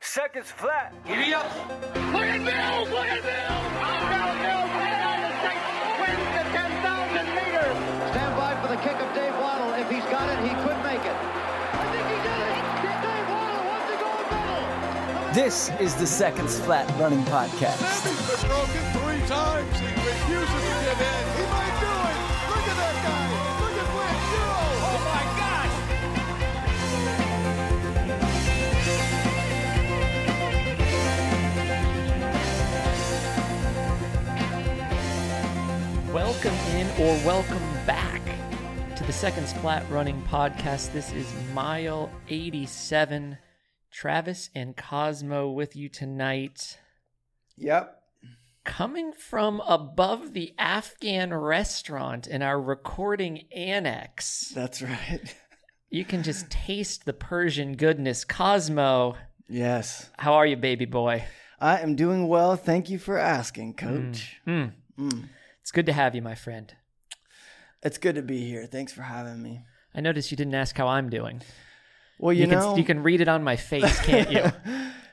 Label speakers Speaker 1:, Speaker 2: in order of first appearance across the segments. Speaker 1: seconds flat.
Speaker 2: Giddy up.
Speaker 3: Win Bill! Win Bill! Bill for the United States wins the 10,000 meters!
Speaker 4: Stand by for the kick of Dave Waddle. If he's got it, he could make it. I think he did it. Dave Waddle wants the gold medal.
Speaker 5: This is the Seconds Flat Running Podcast.
Speaker 6: He's been broken three times. He refuses to give in. He might do it. Look at that guy. Look at Wayne Zero. Oh my God.
Speaker 7: Welcome in or welcome back to the Seconds Flat Running Podcast. This is mile 87. Travis and Cosmo with you tonight.
Speaker 8: Yep.
Speaker 7: Coming from above the Afghan restaurant in our recording annex,
Speaker 8: That's right.
Speaker 7: you can just taste the Persian goodness. Cosmo,
Speaker 8: Yes.
Speaker 7: how are you, baby boy?
Speaker 8: I am doing well. Thank you for asking, coach.
Speaker 7: It's good to have you, my friend.
Speaker 8: It's good to be here. Thanks for having me.
Speaker 7: I noticed you didn't ask how I'm doing.
Speaker 8: Well, you,
Speaker 7: You,
Speaker 8: know,
Speaker 7: can, you can read it on my face, can't you?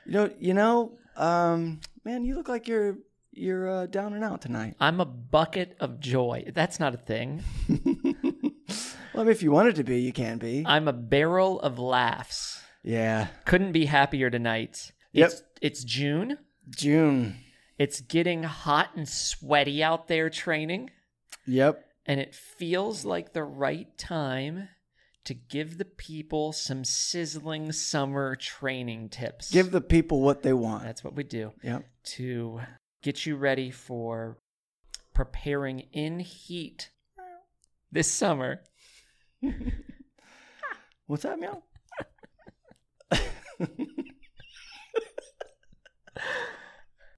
Speaker 8: you know, you know, um, man, you look like you're you're uh, down and out tonight.
Speaker 7: I'm a bucket of joy. That's not a thing.
Speaker 8: Well, I mean, if you wanted to be, you can be.
Speaker 7: I'm a barrel of laughs.
Speaker 8: yeah.
Speaker 7: Couldn't be happier tonight.
Speaker 8: Yep.
Speaker 7: It's, it's June.
Speaker 8: June.
Speaker 7: It's getting hot and sweaty out there training,
Speaker 8: Yep.
Speaker 7: and it feels like the right time to give the people some sizzling summer training tips.
Speaker 8: Give the people what they want.
Speaker 7: That's what we do
Speaker 8: yep.
Speaker 7: to get you ready for preparing in heat this summer.
Speaker 8: What's that, meow?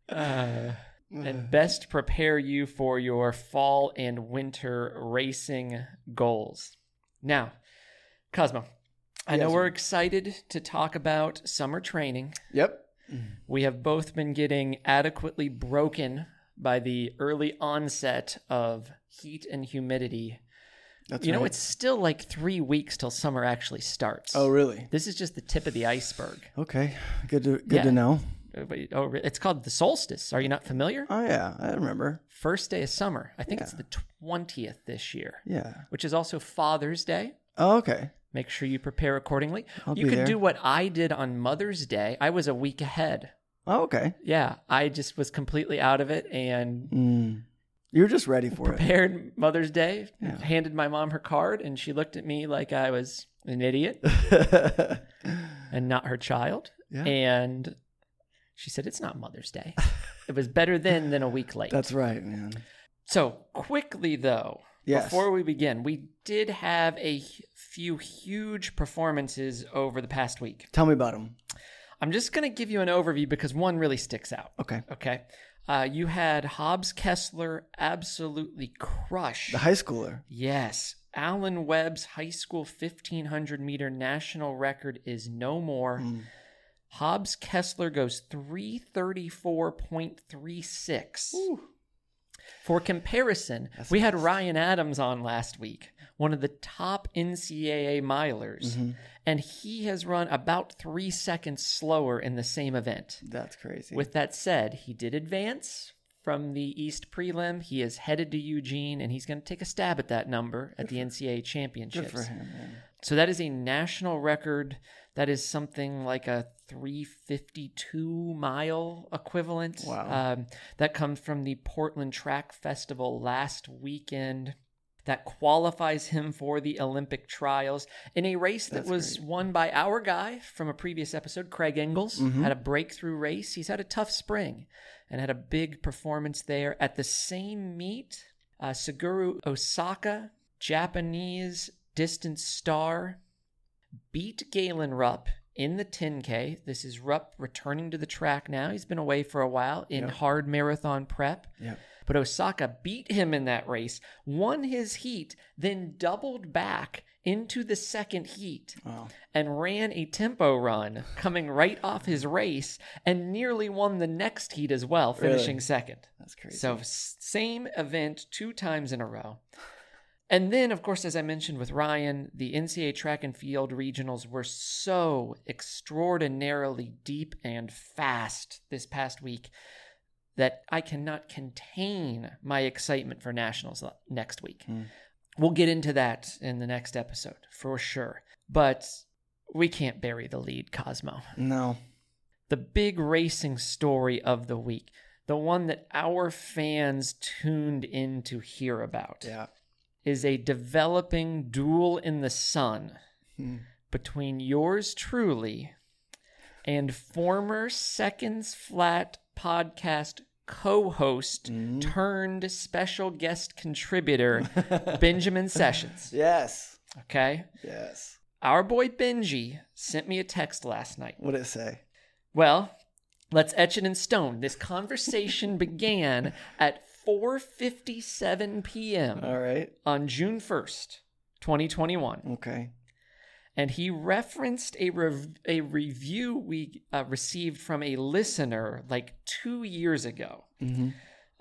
Speaker 7: Uh,
Speaker 8: Uh-huh.
Speaker 7: and best prepare you for your fall and winter racing goals. Now, Cosmo, I know
Speaker 8: Yes.
Speaker 7: we're excited to talk about summer training.
Speaker 8: Yep.
Speaker 7: We have both been getting adequately broken by the early onset of heat and humidity.
Speaker 8: That's
Speaker 7: you know,
Speaker 8: right.
Speaker 7: it's still like three weeks till summer actually starts.
Speaker 8: Oh, really?
Speaker 7: This is just the tip of the iceberg.
Speaker 8: Okay. Good to good
Speaker 7: Yeah.
Speaker 8: to know.
Speaker 7: Uh, wait, Oh, re- it's called the solstice. Are you not familiar?
Speaker 8: Oh yeah, I remember.
Speaker 7: first day of summer. I think it's the 20th this year,
Speaker 8: Yeah.
Speaker 7: which is also Father's Day.
Speaker 8: Oh, okay.
Speaker 7: Make sure you prepare accordingly.
Speaker 8: I'll
Speaker 7: you
Speaker 8: be
Speaker 7: could
Speaker 8: there.
Speaker 7: do what I did on Mother's Day. I was a week ahead.
Speaker 8: Oh, okay.
Speaker 7: Yeah, I just was completely out of it and
Speaker 8: Mm. You're just ready for it.
Speaker 7: prepared Mother's Day,
Speaker 8: Yeah.
Speaker 7: handed my mom her card, and she looked at me like I was an idiot and not her child.
Speaker 8: Yeah.
Speaker 7: And she said, It's not Mother's Day. it was better then than a week late.
Speaker 8: That's right, man.
Speaker 7: So quickly though,
Speaker 8: Yes.
Speaker 7: before we begin, we did have a h- few huge performances over the past week.
Speaker 8: Tell me about him.
Speaker 7: I'm just going to give you an overview because one really sticks out.
Speaker 8: Okay.
Speaker 7: Okay. Uh, you had Hobbs Kessler absolutely crush.
Speaker 8: The high schooler.
Speaker 7: Yes. Alan Webb's high school 1500 meter national record is no more. Hobbs Kessler goes 334.36. For comparison, we had Ryan Adams on last week, one of the top NCAA milers, and he has run about three seconds slower in the same event.
Speaker 8: That's crazy.
Speaker 7: With that said, he did advance from the East Prelim. He is headed to Eugene, and he's going to take a stab at that number at the NCAA championships.
Speaker 8: for him. man.
Speaker 7: So that is a national record. That is something like a 352 mile equivalent.
Speaker 8: Wow.
Speaker 7: Um, that comes from the Portland Track Festival last weekend. That qualifies him for the Olympic trials in a race that was won by our guy from a previous episode, Craig Engels. Had a breakthrough race. He's had a tough spring and had a big performance there. At the same meet, uh, Suguru Osaka, Japanese distance star, beat Galen Rupp in the 10K. This is Rupp returning to the track now. He's been away for a while in hard marathon prep.
Speaker 8: Yep.
Speaker 7: But Osaka beat him in that race, won his heat, then doubled back into the second heat
Speaker 8: Wow.
Speaker 7: and ran a tempo run coming right off his race and nearly won the next heat as well, finishing second.
Speaker 8: That's crazy.
Speaker 7: So s- same event two times in a row. And then, of course, as I mentioned with Ryan, the NCAA track and field regionals were so extraordinarily deep and fast this past week that I cannot contain my excitement for nationals le- next week. We'll get into that in the next episode for sure. But we can't bury the lead, Cosmo
Speaker 8: No.
Speaker 7: the big racing story of the week, the one that our fans tuned in to hear about,
Speaker 8: Yeah.
Speaker 7: is a developing duel in the sun
Speaker 8: Hmm.
Speaker 7: between yours truly and former Seconds Flat podcast co host
Speaker 8: Hmm.
Speaker 7: turned special guest contributor, Benjamin Sessions.
Speaker 8: Yes.
Speaker 7: Okay.
Speaker 8: Yes.
Speaker 7: Our boy Benji sent me a text last night.
Speaker 8: What did it say?
Speaker 7: Well, let's etch it in stone. This conversation began at 4:57 p.m.
Speaker 8: All right.
Speaker 7: on June 1st, 2021,
Speaker 8: Okay.
Speaker 7: and he referenced a rev- a review we uh, received from a listener like 2 years ago.
Speaker 8: Mm-hmm.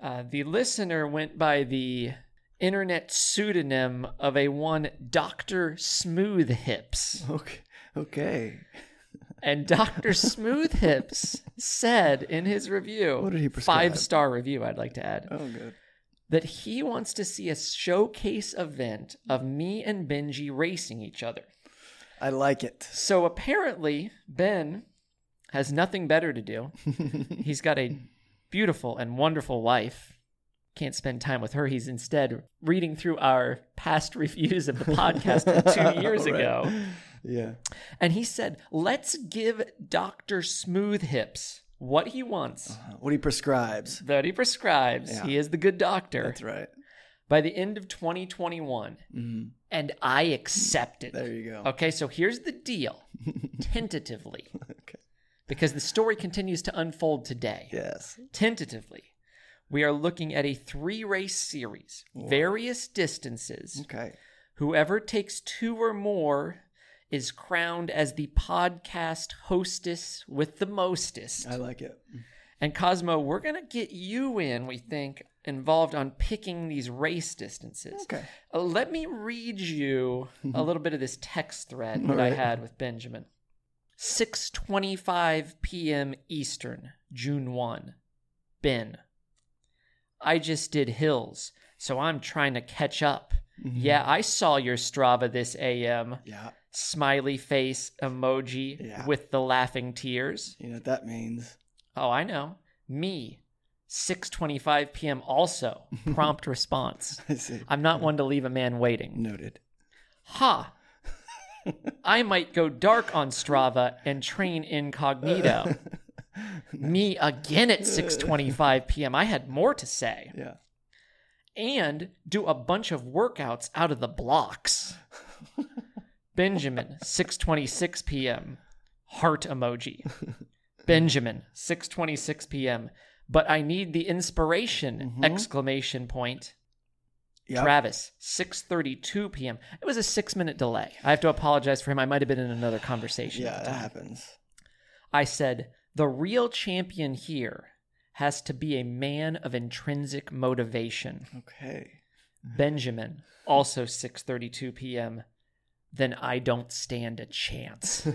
Speaker 7: Uh, the listener went by the internet pseudonym of a one Dr. Smooth Hips.
Speaker 8: Okay. Okay.
Speaker 7: And Dr. Smooth Hips said in his review,
Speaker 8: What did he prescribe?
Speaker 7: five star review, I'd like to add,
Speaker 8: Oh, good.
Speaker 7: that he wants to see a showcase event of me and Benji racing each other.
Speaker 8: I like it.
Speaker 7: So apparently, Ben has nothing better to do. He's got a beautiful and wonderful wife. Can't spend time with her. He's instead reading through our past reviews of the podcast from two years ago.
Speaker 8: Yeah.
Speaker 7: And he said, let's give Dr. Smooth Hips what he wants
Speaker 8: What he prescribes.
Speaker 7: that he prescribes. He is the good doctor
Speaker 8: That's right.
Speaker 7: by the end of 2021. And I accept it.
Speaker 8: Mm-hmm. There you go.
Speaker 7: Okay, so here's the deal tentatively, because the story continues to unfold today.
Speaker 8: Yes.
Speaker 7: Tentatively, we are looking at a three race series, various distances.
Speaker 8: Okay.
Speaker 7: Whoever takes two or more is crowned as the podcast hostess with the mostest.
Speaker 8: I like it.
Speaker 7: And Cosmo, we're going to get you in, we think, involved on picking these race distances.
Speaker 8: Okay.
Speaker 7: Uh, let me read you a little bit of this text thread that I had with Benjamin. 6:25 p.m. Eastern, June 1. Ben. I just did hills, so I'm trying to catch up. Yeah, I saw your Strava this AM.
Speaker 8: Yeah.
Speaker 7: Smiley face emoji
Speaker 8: Yeah.
Speaker 7: with the laughing tears.
Speaker 8: You know what that means.
Speaker 7: Oh, I know. Me, 6:25 p.m. Also, prompt response.
Speaker 8: I see.
Speaker 7: I'm not one to leave a man waiting.
Speaker 8: Noted.
Speaker 7: Ha. I might go dark on Strava and train incognito. Me again at 6:25 p.m. I had more to say.
Speaker 8: Yeah.
Speaker 7: And do a bunch of workouts out of the blocks. Benjamin, 6:26 p.m. Heart emoji. Benjamin, 6:26 p.m. But I need the inspiration! Exclamation point.
Speaker 8: Yep.
Speaker 7: Travis, 6:32 p.m. It was a 6-minute delay. I have to apologize for him. I might have been in another conversation. at
Speaker 8: Yeah,
Speaker 7: the
Speaker 8: that
Speaker 7: time.
Speaker 8: happens.
Speaker 7: I said, "The real champion here has to be a man of intrinsic motivation."
Speaker 8: Mm-hmm. Okay.
Speaker 7: Benjamin, also 6:32 p.m. Then I don't stand a chance.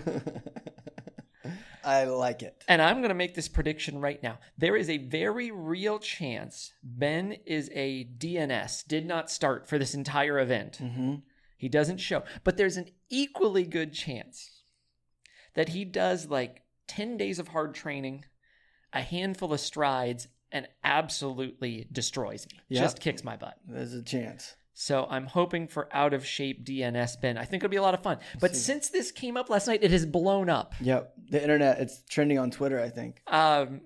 Speaker 8: I like it.
Speaker 7: and I'm going to make this prediction right now. There is a very real chance Ben is a DNS, did not start for this entire event.
Speaker 8: Mm-hmm.
Speaker 7: He doesn't show. But there's an equally good chance that he does like 10 days of hard training, a handful of strides, and absolutely destroys me.
Speaker 8: Yeah.
Speaker 7: Just kicks my butt.
Speaker 8: There's a chance.
Speaker 7: So I'm hoping for out of shape DNS Ben. I think it'll be a lot of fun. But since this came up last night, it has blown up.
Speaker 8: Yep. The internet, it's trending on Twitter, I think.
Speaker 7: Um,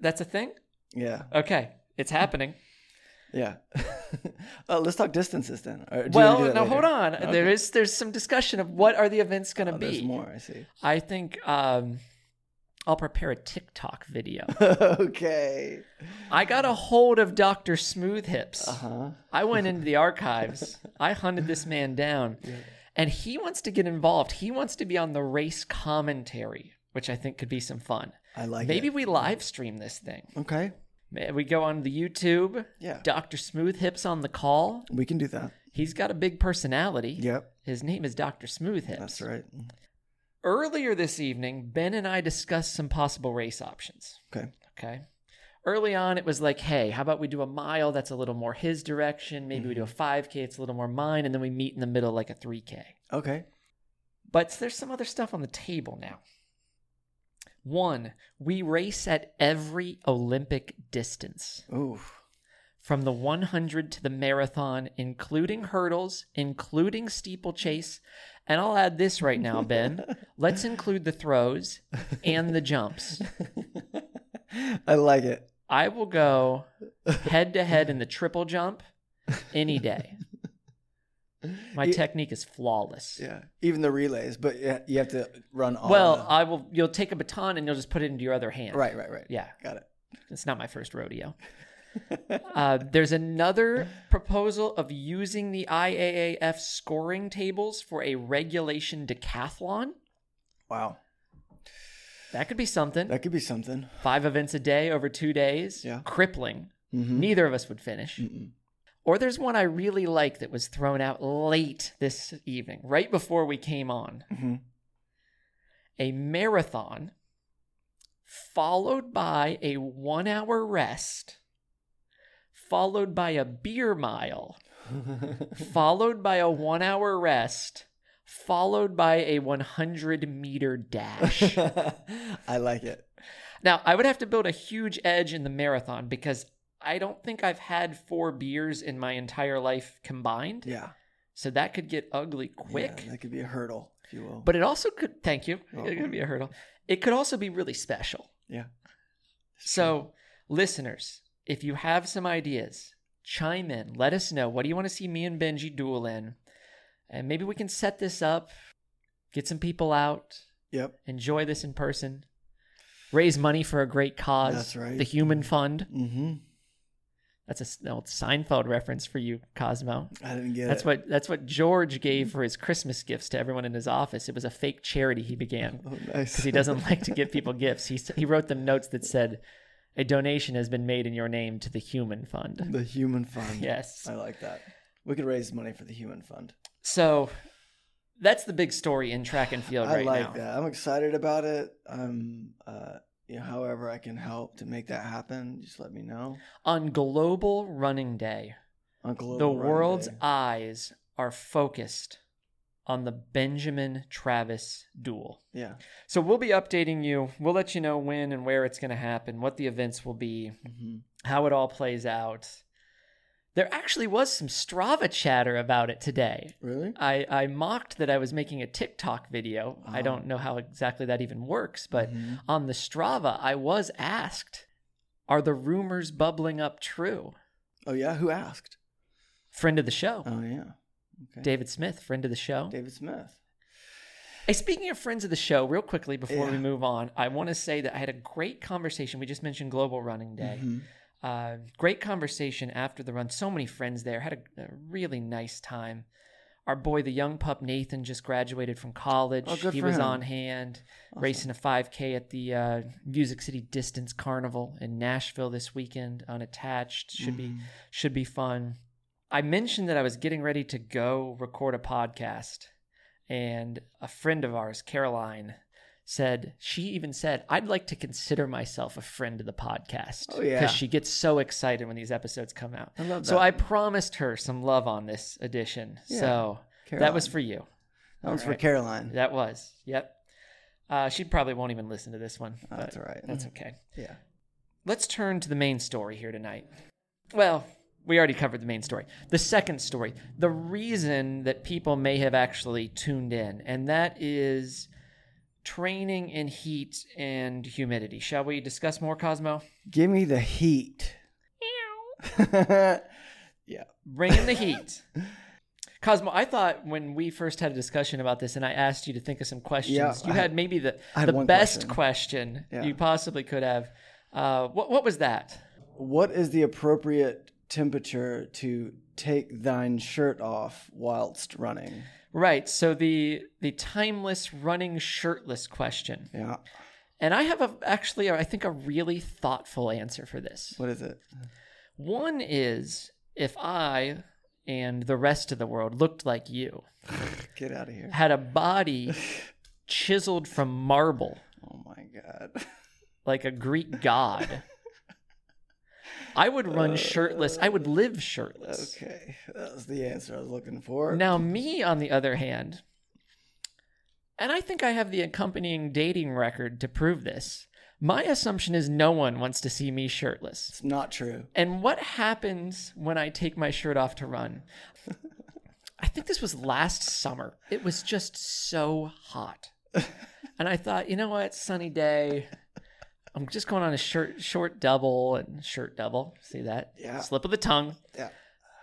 Speaker 7: that's a thing.
Speaker 8: Yeah.
Speaker 7: Okay, it's happening.
Speaker 8: Yeah. uh, let's talk distances then. Or do you wanna
Speaker 7: well,
Speaker 8: do
Speaker 7: now
Speaker 8: that later?
Speaker 7: hold on. There is there's some discussion of what are the events going to
Speaker 8: Oh,
Speaker 7: be.
Speaker 8: there's more. I see.
Speaker 7: I think um, I'll prepare a TikTok video.
Speaker 8: okay.
Speaker 7: I got a hold of Dr. Smooth Hips.
Speaker 8: Uh-huh.
Speaker 7: I went into the archives. I hunted this man down. And he wants to get involved. He wants to be on the race commentary, which I think could be some fun.
Speaker 8: I like
Speaker 7: Maybe
Speaker 8: it.
Speaker 7: we live stream this thing.
Speaker 8: Okay.
Speaker 7: May- We go on the YouTube.
Speaker 8: Yeah.
Speaker 7: Dr. Smooth Hips on the call.
Speaker 8: We can do that.
Speaker 7: He's got a big personality.
Speaker 8: Yep.
Speaker 7: His name is Dr. Smooth Hips.
Speaker 8: That's right.
Speaker 7: Earlier this evening, Ben and I discussed some possible race options.
Speaker 8: Okay.
Speaker 7: Okay. Early on, it was like, hey, how about we do a mile that's a little more his direction? Maybe we do a 5K, it's a little more mine. And then we meet in the middle like a 3K.
Speaker 8: Okay.
Speaker 7: But there's some other stuff on the table now. One, we race at every Olympic distance
Speaker 8: Ooh.
Speaker 7: from the 100 to the marathon, including hurdles, including steeplechase. And I'll add this right now, Ben. Let's include the throws and the jumps.
Speaker 8: I like it.
Speaker 7: I will go head to head in the triple jump any day. My technique is flawless.
Speaker 8: Yeah. Even the relays, but yeah, you have to run all.
Speaker 7: Well, uh,
Speaker 8: of them.
Speaker 7: I will. You'll take a baton and you'll just put it into your other hand.
Speaker 8: right, right, right.
Speaker 7: Yeah.
Speaker 8: Got it.
Speaker 7: It's not my first rodeo. uh, there's another proposal of using the IAAF scoring tables for a regulation decathlon.
Speaker 8: Wow.
Speaker 7: That could be something.
Speaker 8: That could be something.
Speaker 7: Five events a day over two days.
Speaker 8: Yeah.
Speaker 7: Crippling. Neither of us would finish. Or there's one I really like that was thrown out late this evening, right before we came on. A marathon followed by a one hour rest, followed by a beer mile, followed by a one hour rest, followed by a 100 meter dash.
Speaker 8: I like it.
Speaker 7: Now, I would have to build a huge edge in the marathon because I don't think I've had four beers in my entire life combined.
Speaker 8: Yeah.
Speaker 7: So that could get ugly
Speaker 8: Yeah,
Speaker 7: quick.
Speaker 8: that Oh. could be a hurdle, if you will.
Speaker 7: but it also could, thank you. It could be a hurdle. It could also be really special.
Speaker 8: yeah.
Speaker 7: So, listeners, if you have some ideas, chime in. Let us know. What do you want to see me and Benji duel in? And maybe we can set this up, get some people out,
Speaker 8: Yep.
Speaker 7: enjoy this in person, raise money for a great cause.
Speaker 8: That's right.
Speaker 7: The Human Fund.
Speaker 8: Mm-hmm.
Speaker 7: That's a S- no, it's a Seinfeld reference for you, Cosmo.
Speaker 8: I didn't get
Speaker 7: That's
Speaker 8: it.
Speaker 7: what that's what George gave for his Christmas gifts to everyone in his office. It was a fake charity he began
Speaker 8: That's what. Nice.
Speaker 7: because he doesn't like to give people gifts. He s- he wrote them notes that said, "A donation has been made in your name to the Human Fund."
Speaker 8: the human fund.
Speaker 7: Yes.
Speaker 8: I like that. We could raise money for the human fund.
Speaker 7: So that's the big story in track and field
Speaker 8: I
Speaker 7: right
Speaker 8: like
Speaker 7: now.
Speaker 8: that. I'm excited about it. I'm, uh, you know, however I can help to make that happen, just let me know.
Speaker 7: On Global Running Day,
Speaker 8: On Global
Speaker 7: the
Speaker 8: Running
Speaker 7: world's
Speaker 8: Day.
Speaker 7: eyes are focused on the Benjamin Travis duel.
Speaker 8: yeah.
Speaker 7: So we'll be updating you. We'll let you know when and where it's going to happen, what the events will be, how it all plays out. There actually was some Strava chatter about it today.
Speaker 8: Really?
Speaker 7: I, I mocked that I was making a TikTok video. I don't know how exactly that even works, but on the Strava, I was asked, Are the rumors bubbling up true?
Speaker 8: Oh yeah. Who asked?
Speaker 7: Friend of the show,
Speaker 8: Oh yeah.
Speaker 7: David Smith, friend of the show.
Speaker 8: David Smith.
Speaker 7: Hey, speaking of friends of the show, real quickly before we
Speaker 8: Yeah.
Speaker 7: move on, I want to say that I had a great conversation. We just mentioned Global Running Day.
Speaker 8: Mm-hmm.
Speaker 7: Uh, great conversation after the run. So many friends there. Had a, a really nice time. Our boy, the young pup Nathan, just graduated from college.
Speaker 8: Oh, good
Speaker 7: he
Speaker 8: for
Speaker 7: was
Speaker 8: him.
Speaker 7: on hand racing a 5K at the uh, Music City Distance Carnival in Nashville this weekend. Unattached should be
Speaker 8: Mm-hmm.
Speaker 7: should be fun. I mentioned that I was getting ready to go record a podcast, and a friend of ours, Caroline, said she even said I'd like to consider myself a friend of the podcast
Speaker 8: Oh, yeah.
Speaker 7: she gets so excited when these episodes come out. I
Speaker 8: love
Speaker 7: so
Speaker 8: that.
Speaker 7: I promised her some love on this edition. so that was
Speaker 8: Caroline.
Speaker 7: for you.
Speaker 8: That one's for
Speaker 7: right.
Speaker 8: Caroline.
Speaker 7: That was yep. Uh, she probably won't even listen to this one. but
Speaker 8: That's all right.
Speaker 7: That's okay.
Speaker 8: Mm. yeah.
Speaker 7: Let's turn to the main story here tonight. Well, we already covered the main story. The second story, the reason that people may have actually tuned in, and that is training in heat and humidity. Shall we discuss more, Cosmo?
Speaker 8: Give me the heat. yeah.
Speaker 7: Bring in the heat. Cosmo, I thought when we first had a discussion about this and I asked you to think of some questions,
Speaker 8: Yeah,
Speaker 7: you
Speaker 8: I-
Speaker 7: had maybe the,
Speaker 8: I had
Speaker 7: the
Speaker 8: one
Speaker 7: best
Speaker 8: question.
Speaker 7: question,
Speaker 8: Yeah.
Speaker 7: you possibly could have. Uh, what, what was that?
Speaker 8: What is the appropriate temperature to take thine shirt off whilst running?
Speaker 7: Right. So the the timeless running shirtless question.
Speaker 8: Yeah.
Speaker 7: And I have a, actually, I think, a really thoughtful answer for this.
Speaker 8: What is it?
Speaker 7: One is if I, and the rest of the world looked like you.
Speaker 8: Get out of here.
Speaker 7: Had a body chiseled from marble,
Speaker 8: Oh my god.
Speaker 7: like a Greek god. I would run shirtless. I would live shirtless.
Speaker 8: Okay. That was the answer I was looking for.
Speaker 7: Now, me, on the other hand, and I think I have the accompanying dating record to prove this, my assumption is no one wants to see me shirtless.
Speaker 8: It's not true.
Speaker 7: And what happens when I take my shirt off to run? I think this was last summer. It was just so hot. And I thought, you know what, sunny day. I'm just going on a shirt short double and shirt double. See that?
Speaker 8: Yeah.
Speaker 7: Slip of the tongue.
Speaker 8: Yeah.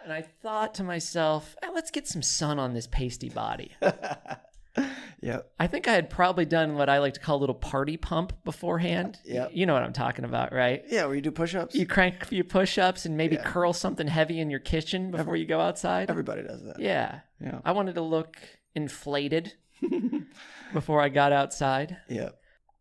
Speaker 7: And I thought to myself, "Eh, let's get some sun on this pasty body.
Speaker 8: Yep.
Speaker 7: I think I had probably done what I like to call a little party pump beforehand.
Speaker 8: Yeah.
Speaker 7: You know what I'm talking about, right?
Speaker 8: Yeah, where you do push ups.
Speaker 7: You crank a few push ups and maybe curl something heavy in your kitchen before you go outside.
Speaker 8: Everybody does that.
Speaker 7: yeah.
Speaker 8: Yeah.
Speaker 7: I wanted to look inflated before I got outside.
Speaker 8: Yep.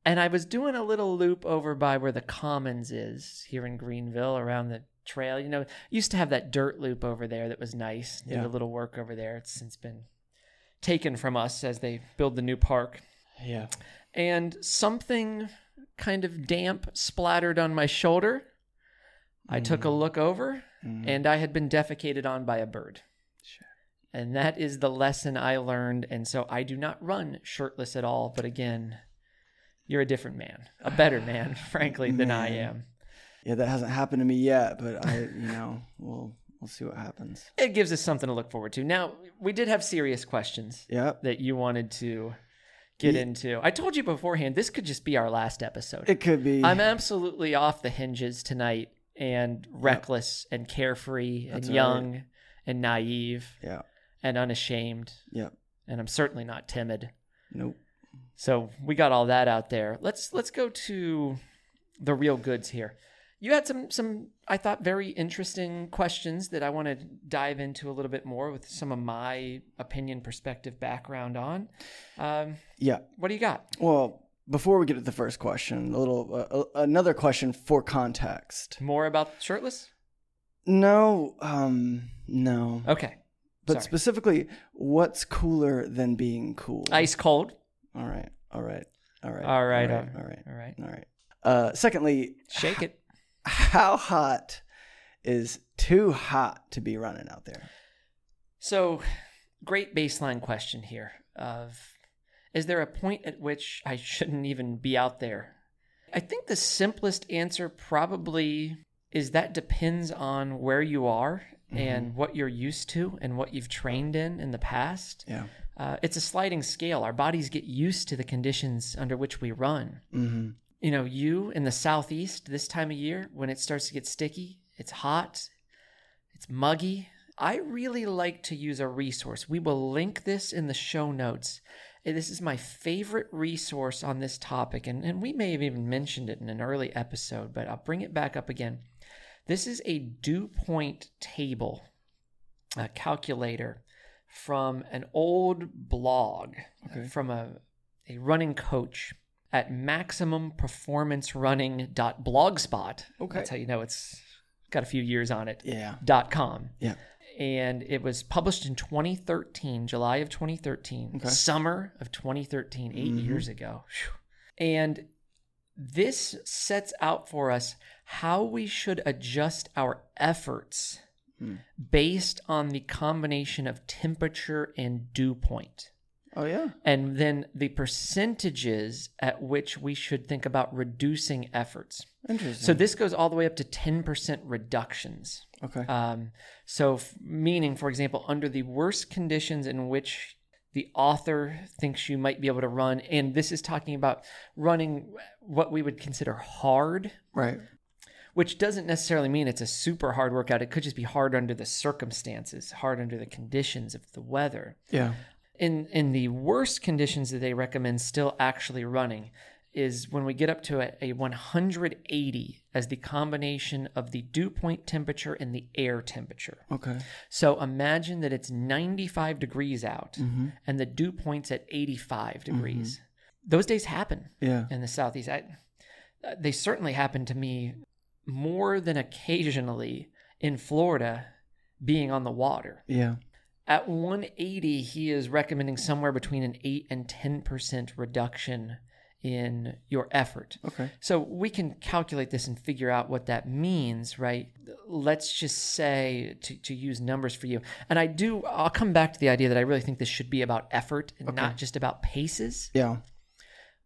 Speaker 7: And I was doing a little loop over by where the Commons is here in Greenville around the trail. You know, used to have that dirt loop over there that was nice. Did
Speaker 8: Yeah.
Speaker 7: a little work over there. It's since been taken from us as they build the new park.
Speaker 8: Yeah.
Speaker 7: And something kind of damp splattered on my shoulder. I took a look over and I had been defecated on by a bird. And that is the lesson I learned. And so I do not run shirtless at all. But again, you're a different man, a better man, frankly, than I am.
Speaker 8: Yeah, that hasn't happened to me yet, but I, you know, we'll we'll see what happens.
Speaker 7: It gives us something to look forward to. Now, we did have serious questions
Speaker 8: Yep.
Speaker 7: that you wanted to get into. I told you beforehand, this could just be our last episode.
Speaker 8: It could be.
Speaker 7: I'm absolutely off the hinges tonight and reckless and carefree and
Speaker 8: That's all
Speaker 7: young and naive
Speaker 8: yeah.
Speaker 7: and unashamed.
Speaker 8: Yep.
Speaker 7: And I'm certainly not timid.
Speaker 8: Nope.
Speaker 7: So we got all that out there. Let's let's go to the real goods here. You had some some I thought very interesting questions that I want to dive into a little bit more with some of my opinion, perspective, background on. Um,
Speaker 8: Yeah.
Speaker 7: what do you got?
Speaker 8: Well, before we get to the first question, a little uh, another question for context.
Speaker 7: More about shirtless?
Speaker 8: No, um, no.
Speaker 7: Okay,
Speaker 8: but
Speaker 7: Oh, sorry.
Speaker 8: specifically, what's cooler than being cool?
Speaker 7: ice cold.
Speaker 8: All right. All right. All right.
Speaker 7: All right,
Speaker 8: All right.
Speaker 7: all
Speaker 8: All right.
Speaker 7: All right,
Speaker 8: All right. Uh, secondly,
Speaker 7: shake it.
Speaker 8: how hot is too hot to be running out there?
Speaker 7: So, great baseline question here of is there a point at which I shouldn't even be out there? I think the simplest answer probably is that depends on where you are
Speaker 8: Mm-hmm.
Speaker 7: and what you're used to and what you've trained in in the past.
Speaker 8: Yeah.
Speaker 7: Uh, it's a sliding scale. Our bodies get used to the conditions under which we run.
Speaker 8: Mm-hmm.
Speaker 7: You know, you in the southeast this time of year, when it starts to get sticky, it's hot, it's muggy. I really like to use a resource. We will link this in the show notes. And This is my favorite resource on this topic, and, and we may have even mentioned it in an early episode, but I'll bring it back up again. This is a dew point table, a calculator from an old blog from a, a running coach at maximumperformancerunning.blogspot.
Speaker 8: Okay.
Speaker 7: That's how you know it's got a few years on it.
Speaker 8: Yeah.
Speaker 7: Dot com.
Speaker 8: Yeah.
Speaker 7: And it was published in 2013, July of 2013, summer of 2013, 8 years ago. Phew. And this sets out for us how we should adjust our efforts based on the combination of temperature and dew point.
Speaker 8: Oh yeah.
Speaker 7: And then the percentages at which we should think about reducing efforts.
Speaker 8: Interesting.
Speaker 7: So this goes all the way up to 10% reductions.
Speaker 8: okay.
Speaker 7: Um, so, f- meaning, for example, under the worst conditions in which the author thinks you might be able to run, and this is talking about running what we would consider hard,
Speaker 8: right.
Speaker 7: which doesn't necessarily mean it's a super hard workout. It could just be hard under the circumstances, hard under the conditions of the weather
Speaker 8: Yeah.
Speaker 7: in in the worst conditions that they recommend still actually running is when we get up to a, a 180 as the combination of the dew point temperature and the air temperature.
Speaker 8: Okay.
Speaker 7: So imagine that it's 95 degrees out and the dew point's at 85 degrees. Those days happen
Speaker 8: Yeah.
Speaker 7: in the southeast. I, uh, they certainly happened to me more than occasionally in Florida being on the water.
Speaker 8: Yeah.
Speaker 7: At 180, he is recommending somewhere between an 8 and 10% reduction in your effort.
Speaker 8: Okay.
Speaker 7: So we can calculate this and figure out what that means, right? Let's just say to, to use numbers for you. And I do, I'll come back to the idea that I really think this should be about effort and not just about paces.
Speaker 8: Yeah.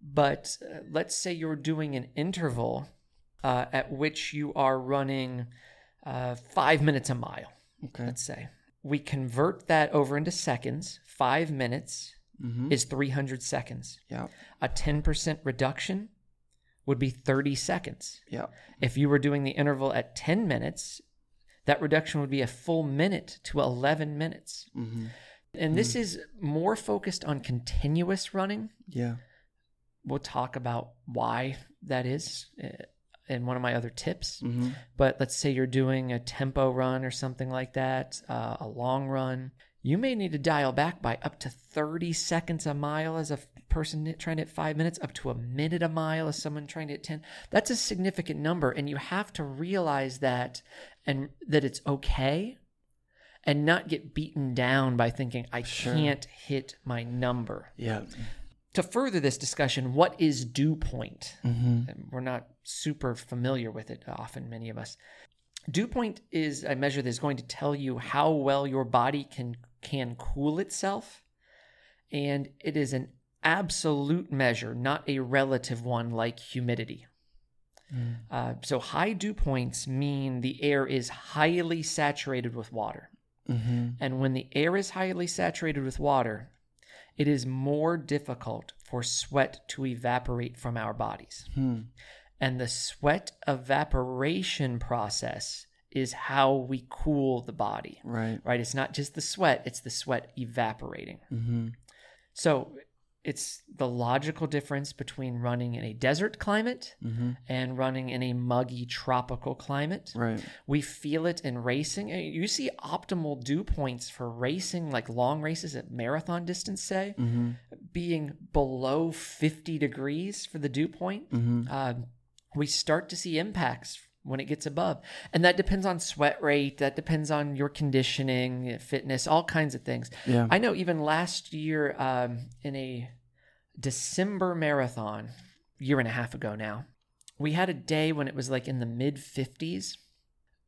Speaker 7: But uh, let's say you're doing an interval uh, at which you are running uh, five minutes a mile
Speaker 8: Okay.
Speaker 7: let's say. We convert that over into seconds. Five minutes is 300 seconds.
Speaker 8: Yeah.
Speaker 7: A 10% reduction would be 30 seconds.
Speaker 8: Yeah.
Speaker 7: If you were doing the interval at 10 minutes, that reduction would be a full minute to 11 minutes. And this is more focused on continuous running.
Speaker 8: Yeah.
Speaker 7: We'll talk about why that is uh, in one of my other tips. But let's say you're doing a tempo run or something like that, uh, a long run. You may need to dial back by up to 30 seconds a mile as a f- person hit- trying to hit five minutes, up to a minute a mile as someone trying to hit 10. That's a significant number. And you have to realize that and that it's okay and not get beaten down by thinking, I can't hit my number
Speaker 8: Yeah.
Speaker 7: to further this discussion, what is dew point? And We're not super familiar with it often, many of us. Dew point is a measure that's going to tell you how well your body can can cool itself, and it is an absolute measure, not a relative one like humidity. Uh, so high dew points mean the air is highly saturated with water, and when the air is highly saturated with water, it is more difficult for sweat to evaporate from our bodies. And the sweat evaporation process is how we cool the body,
Speaker 8: Right.
Speaker 7: right? It's not just the sweat, it's the sweat evaporating. So it's the logical difference between running in a desert climate and running in a muggy tropical climate.
Speaker 8: Right.
Speaker 7: We feel it in racing. Uh, You see optimal dew points for racing, like long races at marathon distance, say, being below 50 degrees for the dew point. Uh, we start to see impacts when it gets above. And that depends on sweat rate, that depends on your conditioning, fitness, all kinds of things.
Speaker 8: Yeah.
Speaker 7: I know even last year um, in a December marathon, year and a half ago now, we had a day when it was like in the mid 50s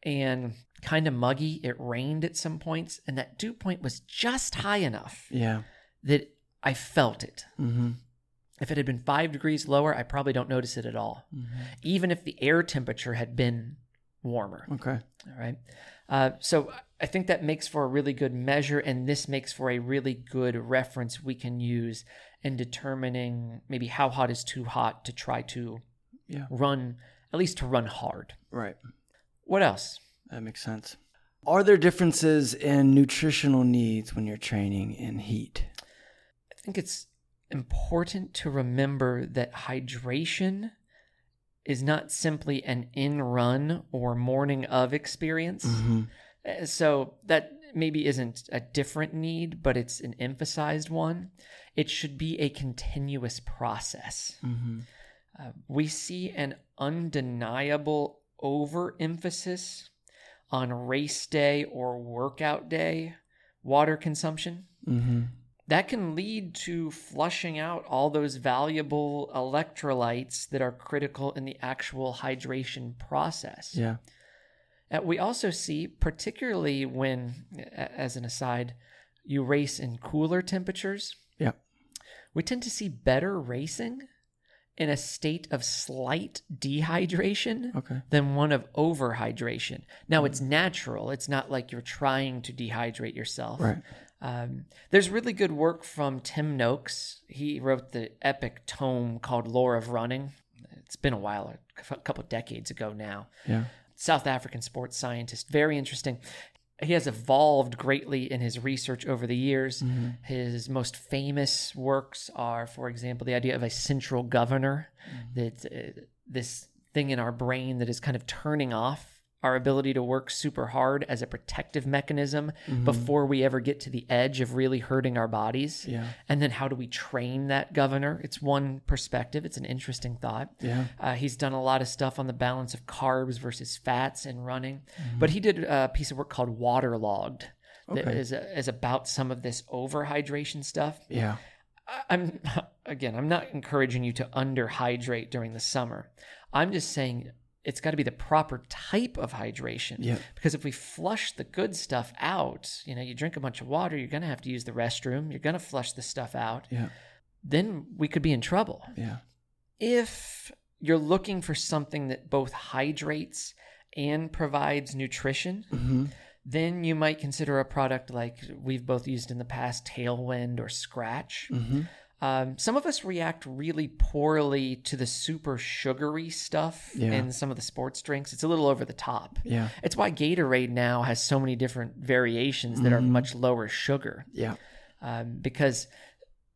Speaker 7: and kind of muggy. It rained at some points, and that dew point was just high enough
Speaker 8: Yeah.
Speaker 7: that I felt it. If it had been five degrees lower, I probably don't notice it at all, even if the air temperature had been warmer.
Speaker 8: Okay.
Speaker 7: All right. Uh, so I think that makes for a really good measure, and this makes for a really good reference we can use in determining maybe how hot is too hot to try to
Speaker 8: Yeah.
Speaker 7: run, at least to run hard.
Speaker 8: Right.
Speaker 7: What else?
Speaker 8: That makes sense. Are there differences in nutritional needs when you're training in heat?
Speaker 7: I think it's important to remember that hydration is not simply an in run or morning of experience. Uh, So that maybe isn't a different need, but it's an emphasized one. It should be a continuous process.
Speaker 8: Mm-hmm.
Speaker 7: Uh, we see an undeniable overemphasis on race day or workout day water consumption that can lead to flushing out all those valuable electrolytes that are critical in the actual hydration process.
Speaker 8: Yeah.
Speaker 7: Uh, we also see, particularly when, a- as an aside, you race in cooler temperatures,
Speaker 8: Yeah.
Speaker 7: we tend to see better racing in a state of slight dehydration
Speaker 8: Okay. Mm.
Speaker 7: than one of overhydration. Now, it's natural, it's not like you're trying to dehydrate yourself.
Speaker 8: Right.
Speaker 7: Um, there's really good work from Tim Noakes. He wrote the epic tome called Lore of Running. It's been a while, a cou- couple decades ago now.
Speaker 8: Yeah.
Speaker 7: South African sports scientist, very interesting. He has evolved greatly in his research over the years. His most famous works are, for example, the idea of a central governor, that uh, this thing in our brain that is kind of turning off our ability to work super hard as a protective mechanism
Speaker 8: Mm-hmm.
Speaker 7: before we ever get to the edge of really hurting our bodies.
Speaker 8: Yeah.
Speaker 7: And then how do we train that governor? It's one perspective. It's an interesting thought.
Speaker 8: Yeah.
Speaker 7: Uh, he's done a lot of stuff on the balance of carbs versus fats in running,
Speaker 8: Mm-hmm.
Speaker 7: but he did a piece of work called Waterlogged that is uh, is about some of this overhydration stuff.
Speaker 8: Yeah.
Speaker 7: I- I'm again, I'm not encouraging you to underhydrate during the summer. I'm just saying it's got to be the proper type of hydration.
Speaker 8: Yeah.
Speaker 7: Because if we flush the good stuff out, you know, you drink a bunch of water, you're going to have to use the restroom, you're going to flush the stuff out,
Speaker 8: Yeah.
Speaker 7: then we could be in trouble.
Speaker 8: Yeah.
Speaker 7: If you're looking for something that both hydrates and provides nutrition,
Speaker 8: Mm-hmm.
Speaker 7: then you might consider a product like we've both used in the past, Tailwind or Scratch.
Speaker 8: Mm-hmm.
Speaker 7: Um, some of us react really poorly to the super sugary stuff
Speaker 8: Yeah.
Speaker 7: in some of the sports drinks. It's a little over the top.
Speaker 8: Yeah.
Speaker 7: It's why Gatorade now has so many different variations that are
Speaker 8: Mm-hmm.
Speaker 7: much lower sugar
Speaker 8: Yeah.
Speaker 7: um, because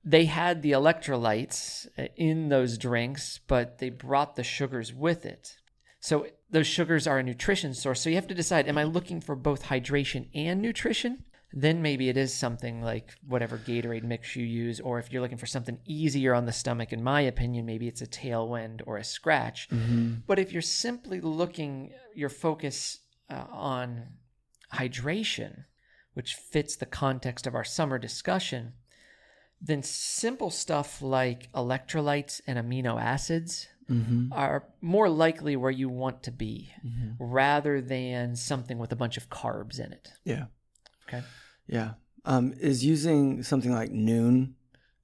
Speaker 7: they had the electrolytes uh, in those drinks, but they brought the sugars with it. So those sugars are a nutrition source. So you have to decide am I looking for both hydration and nutrition? Then maybe it is something like whatever Gatorade mix you use, or if you're looking for something easier on the stomach, in my opinion, maybe it's a tailwind or a scratch. But if you're simply looking your focus uh, on hydration, which fits the context of our summer discussion, then simple stuff like electrolytes and amino acids are more likely where you want to be rather than something with a bunch of carbs in it.
Speaker 8: Yeah.
Speaker 7: Okay.
Speaker 8: Yeah. Um, is using something like noon,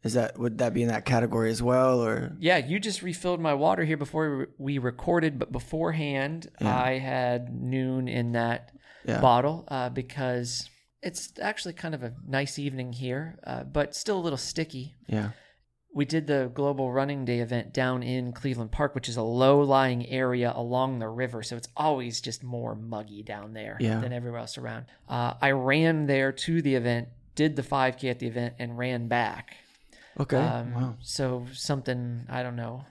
Speaker 8: is that would that be in that category as well? Or
Speaker 7: Yeah, you just refilled my water here before we recorded, but beforehand, I had noon in that
Speaker 8: Yeah.
Speaker 7: bottle uh, because it's actually kind of a nice evening here, uh, but still a little sticky.
Speaker 8: yeah.
Speaker 7: we did the global running day event down in cleveland park which is a low-lying area along the river so it's always just more muggy down there
Speaker 8: Yeah.
Speaker 7: than everywhere else around uh, i ran there to the event did the 5k at the event and ran back
Speaker 8: Okay.
Speaker 7: um,
Speaker 8: wow.
Speaker 7: so something i don't know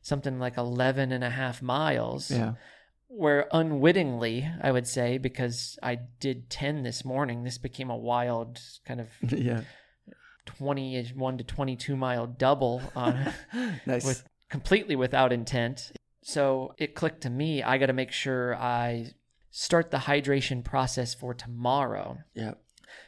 Speaker 7: something like 11 and a half miles
Speaker 8: Yeah.
Speaker 7: where unwittingly i would say because i did 10 this morning this became a wild kind of
Speaker 8: yeah.
Speaker 7: 21 to 22 mile double on
Speaker 8: Nice.
Speaker 7: with completely without intent. So it clicked to me. I got to make sure I start the hydration process for tomorrow
Speaker 8: yeah.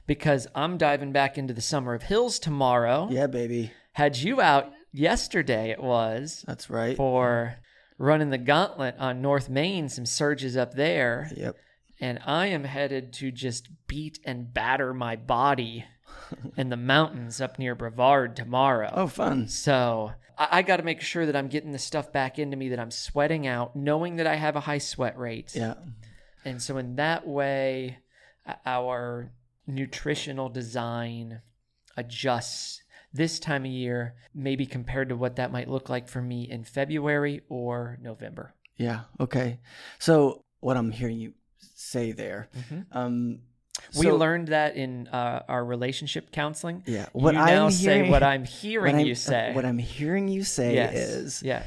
Speaker 7: because I'm diving back into the summer of hills tomorrow.
Speaker 8: Yeah, baby.
Speaker 7: Had you out yesterday? It was
Speaker 8: That's right.
Speaker 7: for running the gauntlet on North Main. Some surges up there,
Speaker 8: Yep.
Speaker 7: and I am headed to just beat and batter my body in the mountains up near Brevard tomorrow.
Speaker 8: Oh, fun.
Speaker 7: So I, I got to make sure that I'm getting the stuff back into me that I'm sweating out, knowing that I have a high sweat rate.
Speaker 8: Yeah.
Speaker 7: And so in that way, o- our nutritional design adjusts this time of year, maybe compared to what that might look like for me in February or November.
Speaker 8: Yeah. Okay. So what I'm hearing you say there, um,
Speaker 7: Mm-hmm. we
Speaker 8: so-
Speaker 7: learned that in uh, our relationship counseling.
Speaker 8: Yeah. What
Speaker 7: you
Speaker 8: I'm
Speaker 7: now say
Speaker 8: hearing-
Speaker 7: what I'm
Speaker 8: what
Speaker 7: hearing
Speaker 8: I'm-
Speaker 7: you say.
Speaker 8: What I'm hearing you say
Speaker 7: yes.
Speaker 8: is,
Speaker 7: yeah.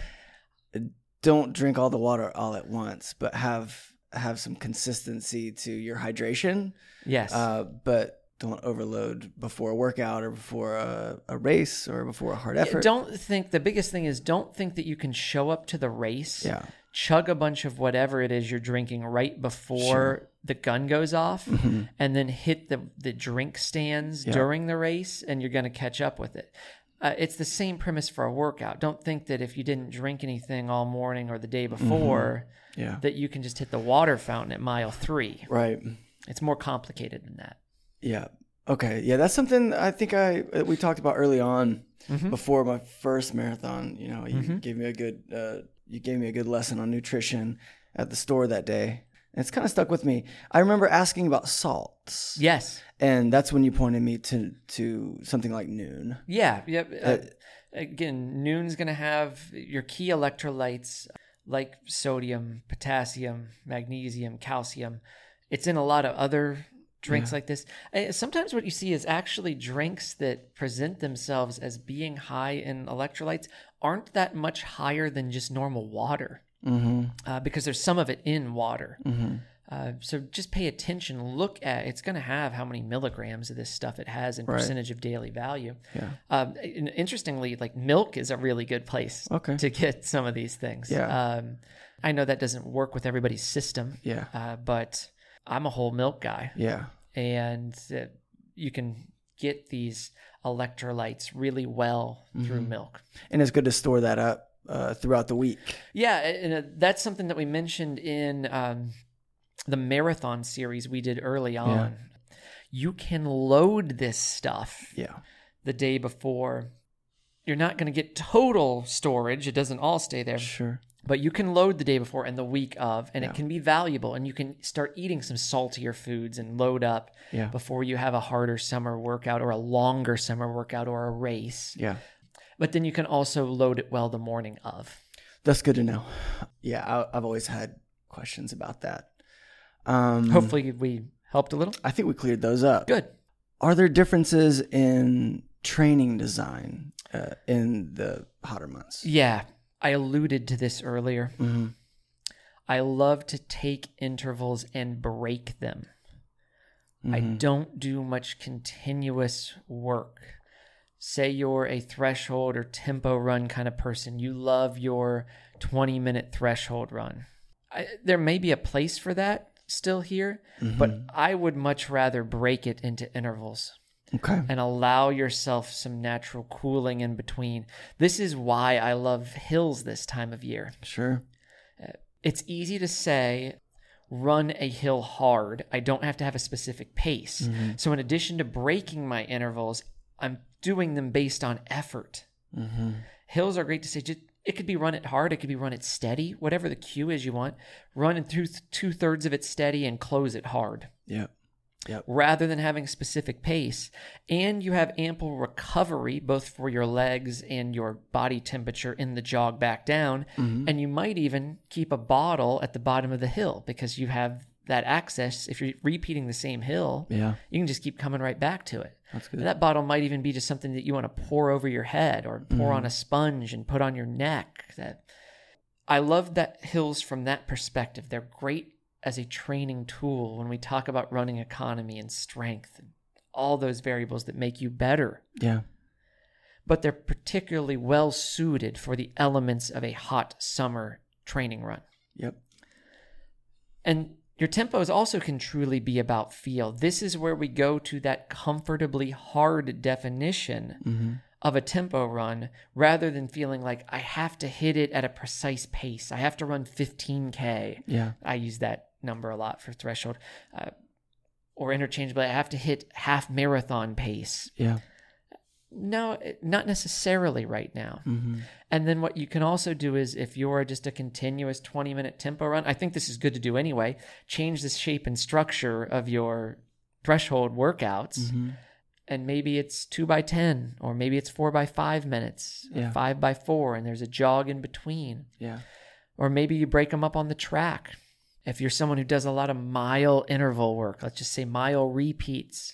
Speaker 8: don't drink all the water all at once, but have have some consistency to your hydration.
Speaker 7: Yes.
Speaker 8: Uh, but don't overload before a workout or before a, a race or before a hard
Speaker 7: Yeah,
Speaker 8: effort.
Speaker 7: Don't think the biggest thing is don't think that you can show up to the race,
Speaker 8: Yeah.
Speaker 7: chug a bunch of whatever it is you're drinking right before the gun goes off,
Speaker 8: Mm-hmm.
Speaker 7: and then hit the the drink stands during the race, and you're going to catch up with it. Uh, it's the same premise for a workout. Don't think that if you didn't drink anything all morning or the day before,
Speaker 8: Mm-hmm. Yeah.
Speaker 7: that you can just hit the water fountain at mile three.
Speaker 8: Right.
Speaker 7: It's more complicated than that.
Speaker 8: Yeah. Okay. Yeah, that's something I think I uh, we talked about early on before my first marathon. You know, you gave me a good uh, you gave me a good lesson on nutrition at the store that day. And it's kind of stuck with me. I remember asking about salts,
Speaker 7: Yes.
Speaker 8: and that's when you pointed me to to something like noon.
Speaker 7: Yeah, yeah. uh, again, noon's going to have your key electrolytes like sodium, potassium, magnesium, calcium. It's in a lot of other drinks like this. Uh, Sometimes what you see is actually drinks that present themselves as being high in electrolytes aren't that much higher than just normal water.
Speaker 8: Mm-hmm.
Speaker 7: uh, because there's some of it in water. Uh, so just pay attention. Look at it's going to have how many milligrams of this stuff it has in percentage of daily value. Yeah. Um, and interestingly, like milk is a really good place
Speaker 8: Okay.
Speaker 7: to get some of these things.
Speaker 8: Yeah.
Speaker 7: Um, I know that doesn't work with everybody's system.
Speaker 8: Yeah.
Speaker 7: Uh, but I'm a whole milk guy
Speaker 8: Yeah.
Speaker 7: and uh, you can get these electrolytes really well through
Speaker 8: Mm-hmm.
Speaker 7: milk.
Speaker 8: And it's good to store that up uh, throughout the week.
Speaker 7: Yeah, and uh, that's something that we mentioned in um, the marathon series we did early on. You can load this stuff
Speaker 8: Yeah.
Speaker 7: the day before. You're not going to get total storage. It doesn't all stay there,
Speaker 8: Sure.
Speaker 7: but you can load the day before and the week of, and it can be valuable. And you can start eating some saltier foods and load up
Speaker 8: Yeah.
Speaker 7: before you have a harder summer workout or a longer summer workout or a race.
Speaker 8: Yeah.
Speaker 7: But then you can also load it well the morning of.
Speaker 8: That's good to know. Yeah, I, I've always had questions about that. Um,
Speaker 7: Hopefully, we helped a little.
Speaker 8: I think we cleared those up.
Speaker 7: Good.
Speaker 8: Are there differences in training design uh, in the hotter months?
Speaker 7: Yeah, I alluded to this earlier. I love to take intervals and break them. I don't do much continuous work. Say you're a threshold or tempo run kind of person, you love your 20 minute threshold run. I, there may be a place for that still here, but I would much rather break it into intervals
Speaker 8: Okay.
Speaker 7: and allow yourself some natural cooling in between. This is why I love hills this time of year.
Speaker 8: Sure.
Speaker 7: It's easy to say, run a hill hard. I don't have to have a specific pace. So, in addition to breaking my intervals, I'm doing them based on effort. Hills are great to say, just, it could be run it hard, it could be run it steady, whatever the cue is you want. Run through two thirds of it steady and close it hard
Speaker 8: Yeah.
Speaker 7: rather than having specific pace and you have ample recovery both for your legs and your body temperature in the jog back down and you might even keep a bottle at the bottom of the hill because you have that access if you're repeating the same hill
Speaker 8: Yeah.
Speaker 7: you can just keep coming right back to it That's good. that bottle might even be just something that you want to pour over your head or pour on a sponge and put on your neck that I love that hills from that perspective. They're great as a training tool when we talk about running economy and strength and all those variables that make you better.
Speaker 8: Yeah.
Speaker 7: But they're particularly well suited for the elements of a hot summer training run.
Speaker 8: Yep.
Speaker 7: And your tempos also can truly be about feel. This is where we go to that comfortably hard definition of a tempo run rather than feeling like I have to hit it at a precise pace. I have to run 15K.
Speaker 8: Yeah.
Speaker 7: I use that number a lot for threshold uh, or interchangeably. I have to hit half marathon pace.
Speaker 8: Yeah.
Speaker 7: No, it- not necessarily right now. And then what you can also do is if you're just a continuous 20 minute tempo run, I think this is good to do anyway, change the shape and structure of your threshold workouts. And maybe it's two by 10, or maybe it's four by five minutes, or
Speaker 8: Yeah.
Speaker 7: five by four, and there's a jog in between
Speaker 8: Yeah.
Speaker 7: or maybe you break them up on the track. If you're someone who does a lot of mile interval work, let's just say mile repeats,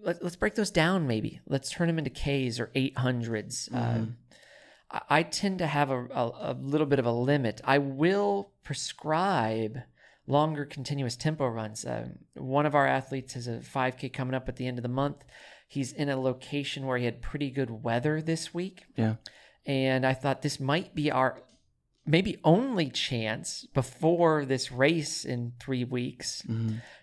Speaker 7: let, let's break those down maybe. Let's turn them into Ks or 800s. Um, I, I tend to have a, a, a little bit of a limit. I will prescribe longer continuous tempo runs. Um, one of our athletes has a 5K coming up at the end of the month. He's in a location where he had pretty good weather this week
Speaker 8: Yeah.
Speaker 7: and I thought this might be our maybe only chance before this race in three weeks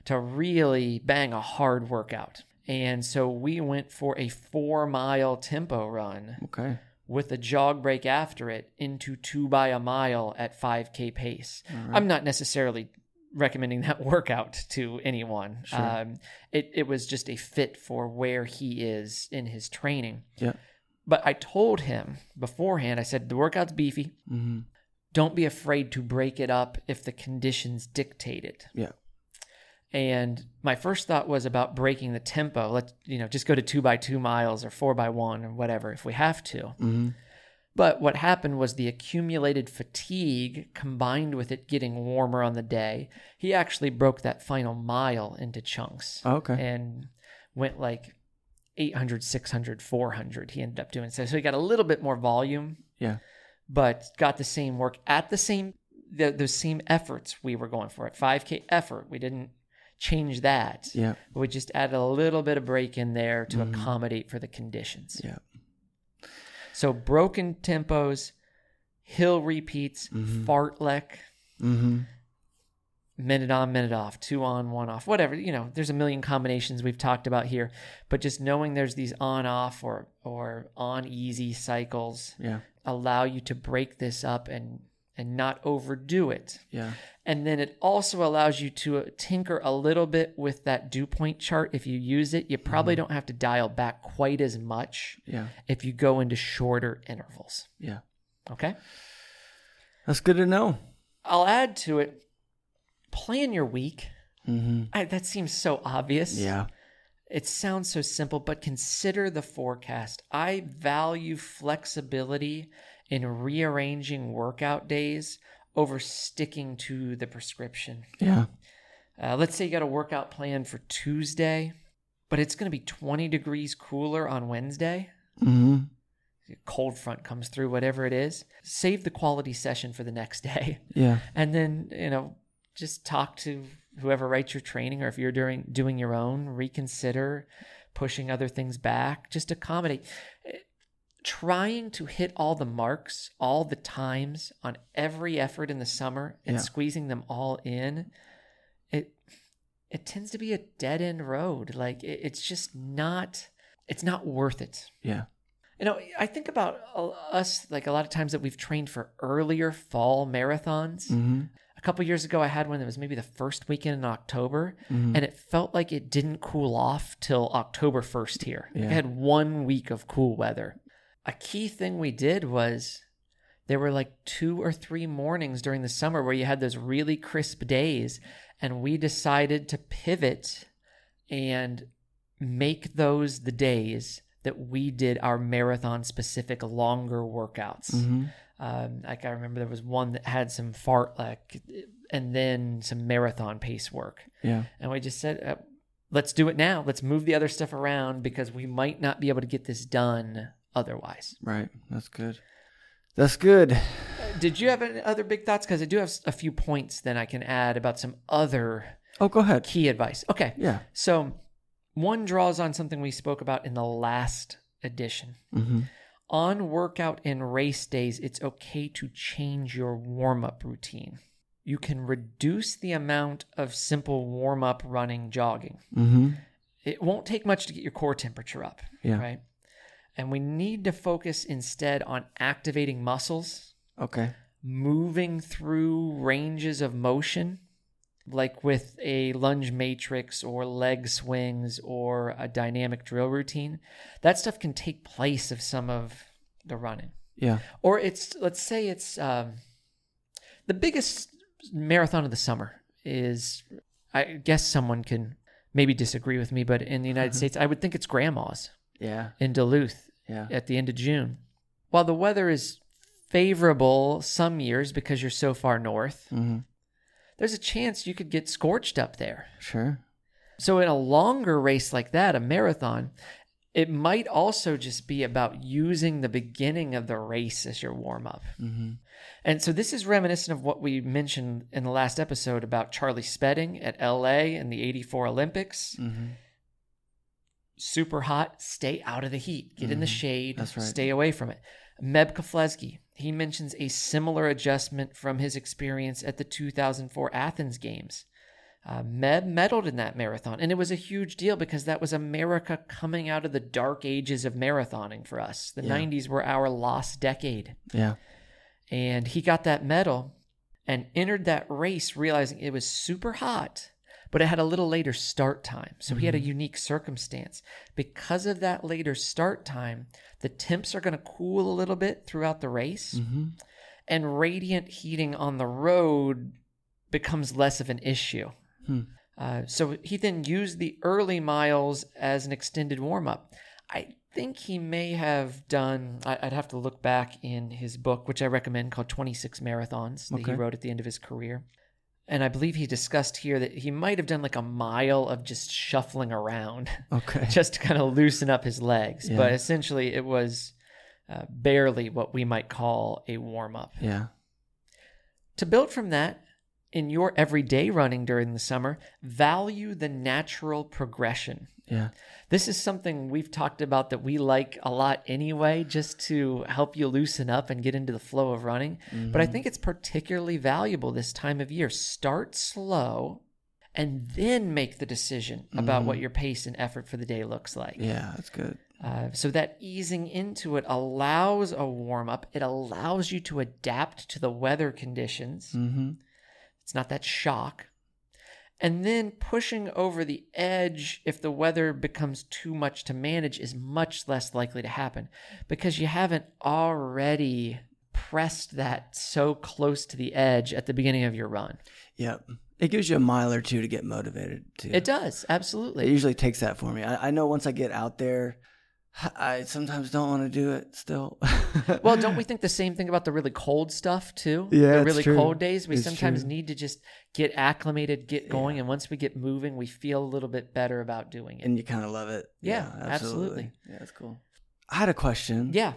Speaker 7: to really bang a hard workout. And so we went for a four mile tempo run
Speaker 8: Okay.
Speaker 7: with a jog break after it into two by a mile at 5K pace. I'm not necessarily recommending that workout to anyone. Um, it, it was just a fit for where he is in his training.
Speaker 8: Yeah.
Speaker 7: But I told him beforehand, I said, the workout's beefy. Don't be afraid to break it up if the conditions dictate it.
Speaker 8: Yeah.
Speaker 7: And my first thought was about breaking the tempo. Let's, you know, just go to two by two miles or four by one or whatever if we have to. But what happened was the accumulated fatigue combined with it getting warmer on the day, he actually broke that final mile into chunks.
Speaker 8: Okay.
Speaker 7: And went like 800, 600, 400. He ended up doing so. So he got a little bit more volume,
Speaker 8: Yeah.
Speaker 7: but got the same work at the same the, those same efforts we were going for at 5K effort. We didn't change that.
Speaker 8: Yeah. Mm-hmm.
Speaker 7: But we just added a little bit of break in there to accommodate for the conditions.
Speaker 8: Yeah.
Speaker 7: So broken tempos, hill repeats,
Speaker 8: Mm-hmm.
Speaker 7: fartlek, minute on, minute off, two on, one off, whatever. You know, there's a million combinations we've talked about here, but just knowing there's these on off or or on easy cycles
Speaker 8: Yeah.
Speaker 7: allow you to break this up and and not overdo it.
Speaker 8: Yeah.
Speaker 7: And then it also allows you to uh, tinker a little bit with that dew point chart. If you use it, you probably don't have to dial back quite as much
Speaker 8: Mm-hmm. Yeah.
Speaker 7: if you go into shorter intervals.
Speaker 8: Yeah.
Speaker 7: Okay.
Speaker 8: That's good to know.
Speaker 7: I'll add to it plan your week. I, that seems so obvious.
Speaker 8: Mm-hmm. Yeah.
Speaker 7: It sounds so simple, but consider the forecast. I value flexibility in rearranging workout days over sticking to the prescription.
Speaker 8: Yeah.
Speaker 7: Uh, let's say you got a workout plan for Tuesday, but it's going to be 20 degrees cooler on Wednesday.
Speaker 8: Mm-hmm.
Speaker 7: Cold front comes through, whatever it is. Save the quality session for the next day.
Speaker 8: Yeah.
Speaker 7: And then, you know, just talk to whoever writes your training or if you're doing doing your own, reconsider pushing other things back, just accommodate. Eh, Trying to hit all the marks, all the times on every effort in the summer and
Speaker 8: Yeah.
Speaker 7: squeezing them all in, it it tends to be a dead end road. Like it, it's just not it's not worth it.
Speaker 8: Yeah.
Speaker 7: You know, I think about uh, us like a lot of times that we've trained for earlier fall marathons.
Speaker 8: Mm-hmm.
Speaker 7: A couple years ago, I had one that was maybe the first weekend in October, and it felt like it didn't cool off till October 1st here. I
Speaker 8: Yeah.
Speaker 7: had one week of cool weather. A key thing we did was there were like two or three mornings during the summer where you had those really crisp days, and we decided to pivot and make those the days that we did our marathon specific longer workouts. Um, like I remember there was one that had some fartlek and then some marathon pace work.
Speaker 8: Yeah.
Speaker 7: And we just said, uh, let's do it now. Let's move the other stuff around because we might not be able to get this done otherwise.
Speaker 8: Right. That's good. That's good.
Speaker 7: Did you have any other big thoughts? Because I do have s- a few points then I can add about some other
Speaker 8: Oh, go ahead.
Speaker 7: key advice. Okay.
Speaker 8: Yeah.
Speaker 7: So one draws on something we spoke about in the last edition.
Speaker 8: Mm-hmm.
Speaker 7: On workout and race days, it's okay to change your warm up routine. You can reduce the amount of simple warm up running jogging. It won't take much to get your core temperature up.
Speaker 8: Mm-hmm. Yeah.
Speaker 7: Right. And we need to focus instead on activating muscles
Speaker 8: Okay.
Speaker 7: moving through ranges of motion, like with a lunge matrix or leg swings or a dynamic drill routine, that stuff can take place of some of the running.
Speaker 8: Yeah.
Speaker 7: Or it's, let's say it's um, the biggest marathon of the summer is, I guess someone can maybe disagree with me, but in the United States, I would think it's grandma's
Speaker 8: Yeah.
Speaker 7: in Duluth
Speaker 8: Yeah.
Speaker 7: at the end of June. While the weather is favorable some years because you're so far north, there's a chance you could get scorched up there.
Speaker 8: Sure.
Speaker 7: So, in a longer race like that, a marathon, it might also just be about using the beginning of the race as your warm up.
Speaker 8: Mm-hmm.
Speaker 7: And so, this is reminiscent of what we mentioned in the last episode about Charlie Spedding at LA in the 84 Olympics.
Speaker 8: Mm-hmm.
Speaker 7: Super hot, stay out of the heat, get in the shade,
Speaker 8: Mm-hmm. That's right.
Speaker 7: stay away from it. Meb Kofleski, he mentions a similar adjustment from his experience at the 2004 Athens Games. Uh, Meb medaled in that marathon, and it was a huge deal because that was America coming out of the dark ages of marathoning for us. The 90s were our lost decade.
Speaker 8: Yeah.
Speaker 7: And he got that medal and entered that race realizing it was super hot, but it had a little later start time. So he had a unique circumstance. Because of that later start time, the temps are going to cool a little bit throughout the race, and radiant heating on the road becomes less of an issue. Uh, so he then used the early miles as an extended warm up. I think he may have done, I, I'd have to look back in his book, which I recommend called 26 Marathons that he wrote at the end of his career. And I believe he discussed here that he might have done like a mile of just shuffling around
Speaker 8: Okay.
Speaker 7: just to kind of loosen up his legs. But essentially, it was uh, barely what we might call a warm up.
Speaker 8: Yeah.
Speaker 7: To build from that, in your everyday running during the summer, value the natural progression.
Speaker 8: Yeah.
Speaker 7: This is something we've talked about that we like a lot anyway, just to help you loosen up and get into the flow of running. But I think it's particularly valuable this time of year. Start slow and then make the decision about what your pace and effort for the day looks like.
Speaker 8: Yeah, that's good.
Speaker 7: Uh, so that easing into it allows a warm up. It allows you to adapt to the weather conditions.
Speaker 8: Mm-hmm.
Speaker 7: It's not that shock. And then pushing over the edge if the weather becomes too much to manage is much less likely to happen because you haven't already pressed that so close to the edge at the beginning of your run.
Speaker 8: Yep. It gives you a mile or two to get motivated too.
Speaker 7: It does,
Speaker 8: It
Speaker 7: absolutely.
Speaker 8: usually takes that for me. I, I know once I get out there, I sometimes don't want to do it still.
Speaker 7: Well, don't we think the same thing about the really cold stuff too?
Speaker 8: Yeah,
Speaker 7: the
Speaker 8: it's
Speaker 7: really
Speaker 8: true.
Speaker 7: cold days. We
Speaker 8: It's
Speaker 7: sometimes
Speaker 8: true.
Speaker 7: need to just get acclimated, get going, and once we get moving, we feel a little bit better about doing it.
Speaker 8: and you kind of love it.
Speaker 7: Yeah, absolutely.
Speaker 8: Yeah, that's cool. I had a question.
Speaker 7: yeah,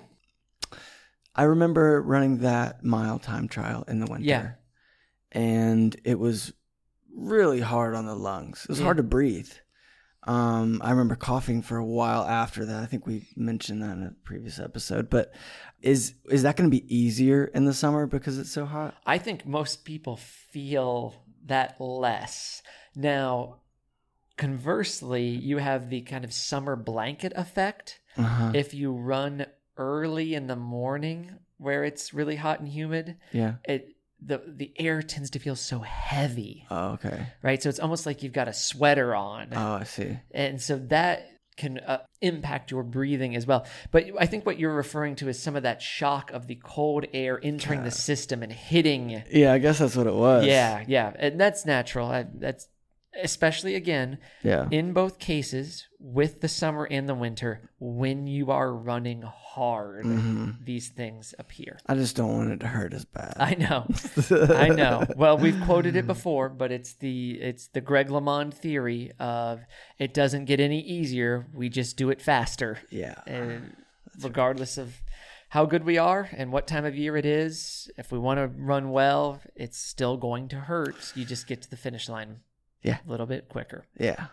Speaker 8: I remember running that mile time trial in the winter.
Speaker 7: Yeah.
Speaker 8: And it was really hard on the lungs. It was
Speaker 7: Yeah.
Speaker 8: hard to breathe. Um, I remember coughing for a while after that. I think we mentioned that in a previous episode. But is is that going to be easier in the summer because it's so hot?
Speaker 7: I think most people feel that less. Now, conversely, you have the kind of summer blanket effect.
Speaker 8: Uh-huh.
Speaker 7: If you run early in the morning where it's really hot and humid,
Speaker 8: Yeah.
Speaker 7: it the the air tends to feel so heavy,
Speaker 8: Oh, okay.
Speaker 7: right? So it's almost like you've got a sweater on.
Speaker 8: Oh, I see.
Speaker 7: And so that can uh, impact your breathing as well. But I think what you're referring to is some of that shock of the cold air entering the system and hitting
Speaker 8: Yeah, I guess that's what it was.
Speaker 7: yeah, yeah, and that's natural. I, that's especially again
Speaker 8: Yeah.
Speaker 7: in both cases with the summer and the winter when you are running hard, these things appear.
Speaker 8: I just don't want it to hurt as bad.
Speaker 7: I know, I know. Well, we've quoted it before, but it's the it's the Greg LeMond theory of it doesn't get any easier. We just do it faster,
Speaker 8: yeah.
Speaker 7: and regardless of how good we are and what time of year it is, if we want to run well, it's still going to hurt. You just get to the finish line
Speaker 8: Yeah.
Speaker 7: a little bit quicker.
Speaker 8: Yeah.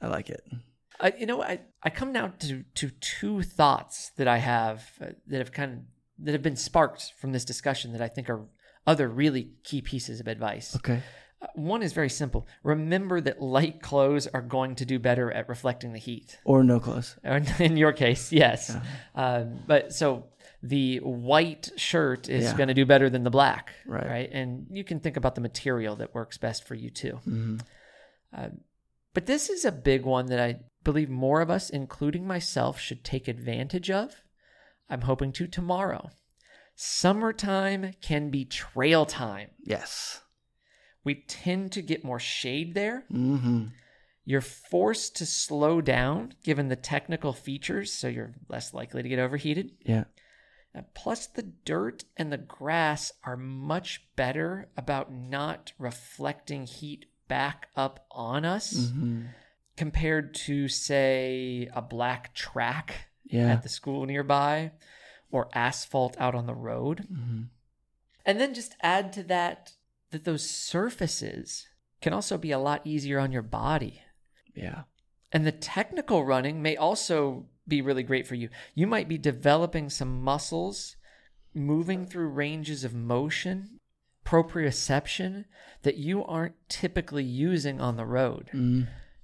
Speaker 8: I like it.
Speaker 7: I, you know, I, I come now to, to two thoughts that I have uh, that have kind of that have been sparked from this discussion that I think are other really key pieces of advice.
Speaker 8: Okay.
Speaker 7: Uh, One is very simple. Remember that light clothes are going to do better at reflecting the heat.
Speaker 8: Or no clothes.
Speaker 7: Or in your case, yes. Um, but so the white shirt is
Speaker 8: Yeah.
Speaker 7: going to do better than the black,
Speaker 8: Right.
Speaker 7: Right, and you can think about the material that works best for you too.
Speaker 8: Mm-hmm.
Speaker 7: Uh, but this is a big one that I believe more of us, including myself, should take advantage of. I'm hoping to tomorrow. Summertime can be trail time.
Speaker 8: Yes.
Speaker 7: We tend to get more shade there
Speaker 8: Mm-hmm.
Speaker 7: you're forced to slow down given the technical features, so you're less likely to get overheated.
Speaker 8: Yeah.
Speaker 7: Uh, Plus, the dirt and the grass are much better about not reflecting heat back up on us compared to, say, a black track
Speaker 8: Yeah.
Speaker 7: at the school nearby or asphalt out on the road. And then just add to that that those surfaces can also be a lot easier on your body.
Speaker 8: yeah.
Speaker 7: And the technical running may also be really great for you. You might be developing some muscles, moving through ranges of motion, proprioception that you aren't typically using on the road.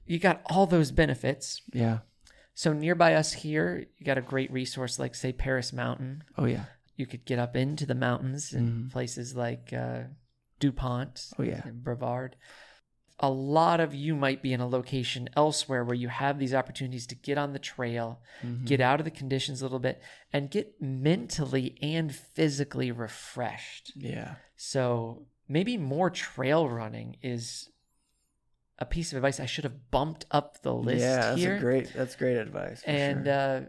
Speaker 7: You got all those benefits.
Speaker 8: Yeah.
Speaker 7: So, nearby us here, you got a great resource like, say, Paris Mountain.
Speaker 8: Oh yeah.
Speaker 7: You could get up into the mountains in places like uh, DuPont
Speaker 8: Mm-hmm. Oh yeah.
Speaker 7: and Brevard. A lot of you might be in a location elsewhere where you have these opportunities to get on the trail,
Speaker 8: Mm-hmm.
Speaker 7: get out of the conditions a little bit, and get mentally and physically refreshed.
Speaker 8: Yeah.
Speaker 7: So maybe more trail running is a piece of advice I should have bumped up the list
Speaker 8: yeah, that's
Speaker 7: here.
Speaker 8: a great that's great advice. for
Speaker 7: and
Speaker 8: sure.
Speaker 7: uh,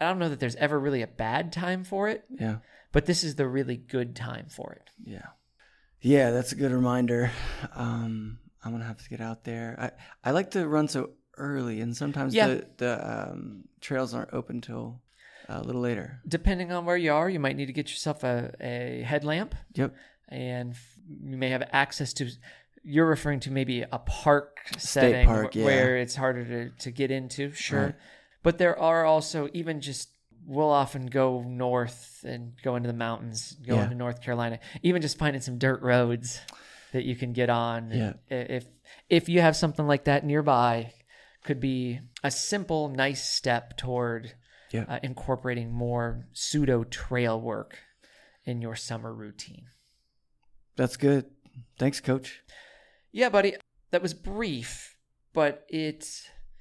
Speaker 7: I don't know that there's ever really a bad time for it,
Speaker 8: yeah.
Speaker 7: but this is the really good time for it.
Speaker 8: Yeah. Yeah, that's a good reminder. Um I'm going to have to get out there. I I like to run so early and sometimes
Speaker 7: Yeah.
Speaker 8: the the um trails aren't open till uh, a little later.
Speaker 7: Depending on where you are, you might need to get yourself a, a headlamp.
Speaker 8: Yep.
Speaker 7: and f- you may have access to. You're referring to maybe a park setting
Speaker 8: park,
Speaker 7: wh-
Speaker 8: yeah.
Speaker 7: where it's harder to, to get into, sure. But there are also even just we'll often go north and go into the mountains, go
Speaker 8: Yeah.
Speaker 7: into North Carolina, even just finding some dirt roads that you can get on.
Speaker 8: Yeah.
Speaker 7: I- If if you have something like that nearby, could be a simple, nice step toward
Speaker 8: Yeah.
Speaker 7: uh, incorporating more pseudo trail work in your summer routine.
Speaker 8: That's good. Thanks, coach.
Speaker 7: Yeah, buddy, that was brief, but it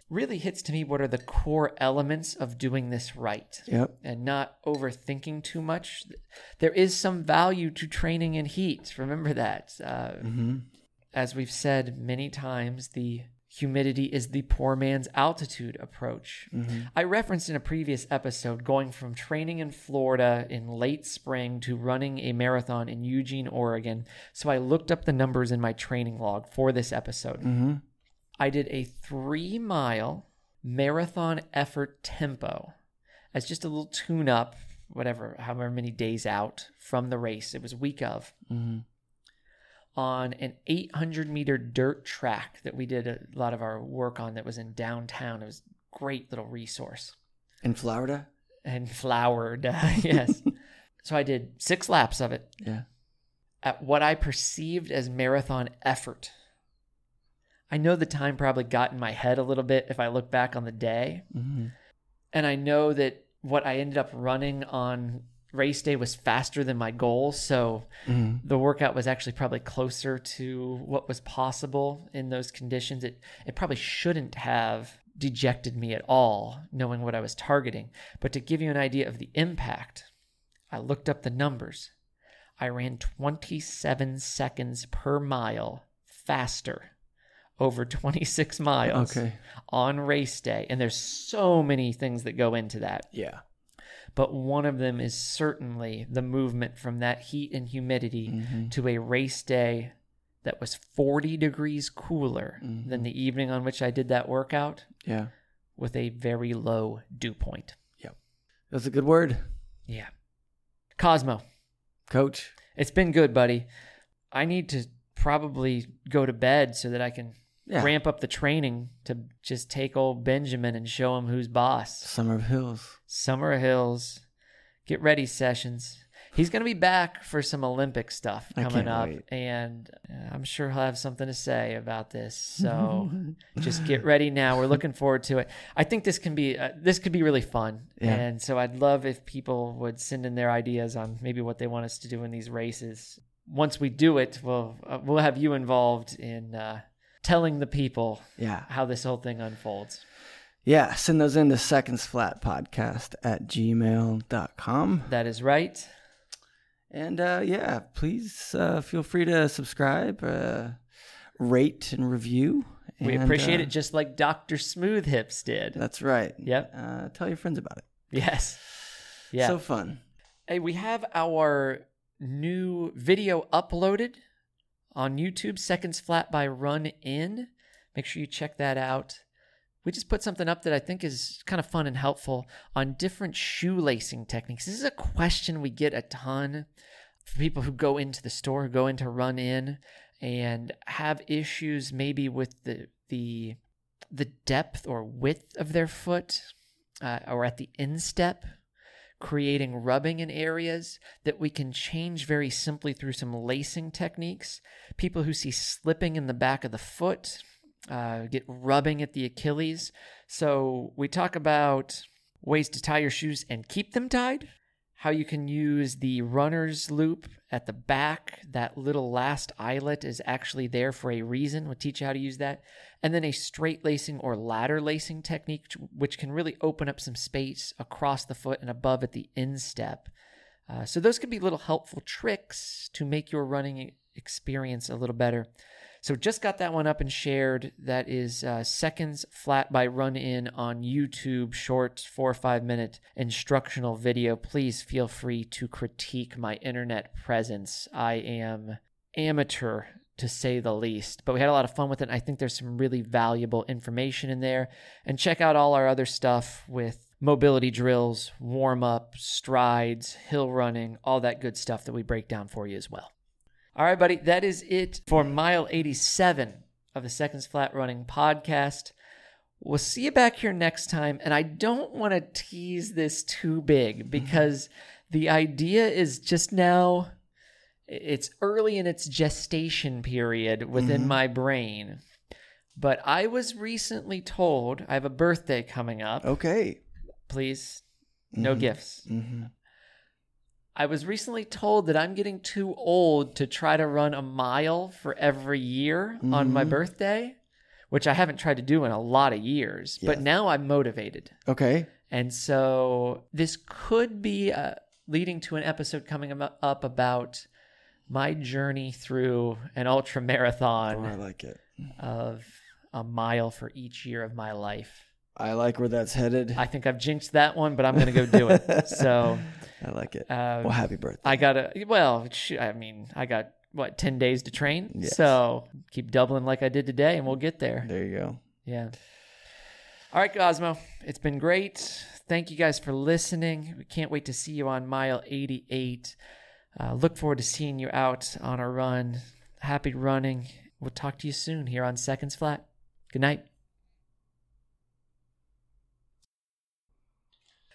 Speaker 7: really hits to me what are the core elements of doing this right
Speaker 8: Yep.
Speaker 7: and not overthinking too much. There is some value to training in heat. Remember that. Uh, As we've said many times, the humidity is the poor man's altitude approach. I referenced in a previous episode going from training in Florida in late spring to running a marathon in Eugene, Oregon. So I looked up the numbers in my training log for this episode. I did a three mile marathon effort tempo as just a little tune up, whatever, however many days out from the race. It was week of on an 800 meter dirt track that we did a lot of our work on that was in downtown. It was a great little resource
Speaker 8: In Florida?
Speaker 7: and flowered. uh, yes. so I did six laps of it
Speaker 8: Yeah.
Speaker 7: at what I perceived as marathon effort. I know the time probably got in my head a little bit if I look back on the day.
Speaker 8: Mm-hmm.
Speaker 7: And I know that what I ended up running on race day was faster than my goal. So
Speaker 8: Mm-hmm.
Speaker 7: the workout was actually probably closer to what was possible in those conditions. It, it probably shouldn't have dejected me at all, knowing what I was targeting. But to give you an idea of the impact, I looked up the numbers. I ran 27 seconds per mile faster over 26 miles
Speaker 8: Okay.
Speaker 7: on race day. And there's so many things that go into that.
Speaker 8: Yeah.
Speaker 7: But one of them is certainly the movement from that heat and humidity to a race day that was 40 degrees cooler than the evening on which I did that workout
Speaker 8: Yeah.
Speaker 7: with a very low dew point.
Speaker 8: That's a good word,
Speaker 7: Yeah. Cosmo.
Speaker 8: coach.
Speaker 7: It's been good, buddy. I need to probably go to bed so that I can
Speaker 8: Yeah.
Speaker 7: ramp up the training to just take old Benjamin and show him who's boss.
Speaker 8: Summer of Hills.
Speaker 7: Summer Hills, get ready sessions. He's going to be back for some Olympic stuff
Speaker 8: I
Speaker 7: coming
Speaker 8: can't
Speaker 7: up,
Speaker 8: wait.
Speaker 7: and uh, I'm sure he'll have something to say about this. So just get ready now. We're looking forward to it. I think this can be uh, this could be really fun,
Speaker 8: Yeah.
Speaker 7: and so I'd love if people would send in their ideas on maybe what they want us to do in these races. Once we do it, we'll uh, we'll have you involved in uh, telling the people
Speaker 8: Yeah.
Speaker 7: how this whole thing unfolds.
Speaker 8: Yeah. Send those in to secondsflatpodcast at gmail.com.
Speaker 7: That is right.
Speaker 8: And uh, yeah, please uh, feel free to subscribe, uh, rate, and review.
Speaker 7: We
Speaker 8: And,
Speaker 7: appreciate
Speaker 8: uh,
Speaker 7: it just like Dr. Smooth Hips did.
Speaker 8: That's right.
Speaker 7: Yep.
Speaker 8: Uh, tell your friends about it.
Speaker 7: Yes. Yeah.
Speaker 8: So fun.
Speaker 7: hey, we have our new video uploaded on YouTube, Seconds Flat by Run In. Make sure you check that out. We just put something up that I think is kind of fun and helpful on different shoelacing techniques. This is a question we get a ton for people who go into the store, who go into Run In, and have issues maybe with the the the depth or width of their foot, uh, or at the instep creating rubbing in areas that we can change very simply through some lacing techniques. People who see slipping in the back of the foot uh, get rubbing at the Achilles. So we talk about ways to tie your shoes and keep them tied. How you can use the runner's loop at the back. That little last eyelet is actually there for a reason. We'll teach you how to use that. And then a straight lacing or ladder lacing technique, which can really open up some space across the foot and above at the instep. Uh, so those can be little helpful tricks to make your running e-, experience a little better. So just got that one up and shared. That is uh, seconds flat by run in on YouTube, short four or five minute instructional video. Please feel free to critique my internet presence. I am amateur to say the least, but we had a lot of fun with it. I think there's some really valuable information in there. And check out all our other stuff with mobility drills, warm up, strides, hill running, all that good stuff that we break down for you as well. All right, buddy. That is it for mile 87 of the Seconds Flat Running podcast. We'll see you back here next time. And I don't want to tease this too big because the idea is just now, it's early in its gestation period within my brain. But I was recently told I have a birthday coming
Speaker 8: Oh,
Speaker 7: up
Speaker 8: Okay.
Speaker 7: please no gifts i was recently told that i'm getting too old to try to run a mile for every year on my birthday which i haven't tried to do in a lot of years but
Speaker 8: Yes.
Speaker 7: now i'm motivated
Speaker 8: Okay.
Speaker 7: and so this could be uh, leading to an episode coming am- up about my journey through an ultra
Speaker 8: Oh, I
Speaker 7: marathon
Speaker 8: like it.
Speaker 7: of a mile for each year of my life
Speaker 8: I like where that's headed. I,
Speaker 7: i think i've jinxed that one but i'm gonna go do it so
Speaker 8: like it.
Speaker 7: uh,
Speaker 8: well, happy birthday.
Speaker 7: I got to well, shoot, I mean, I got what 10 days to train.
Speaker 8: Yes.
Speaker 7: So, keep doubling like I did today and we'll get there.
Speaker 8: there you go.
Speaker 7: Yeah. All right, Cosmo. It's been great. Thank you guys for listening. We can't wait to see you on mile 88. Uh, look forward to seeing you out on a run. Happy running. We'll talk to you soon here on Seconds Flat. Good night.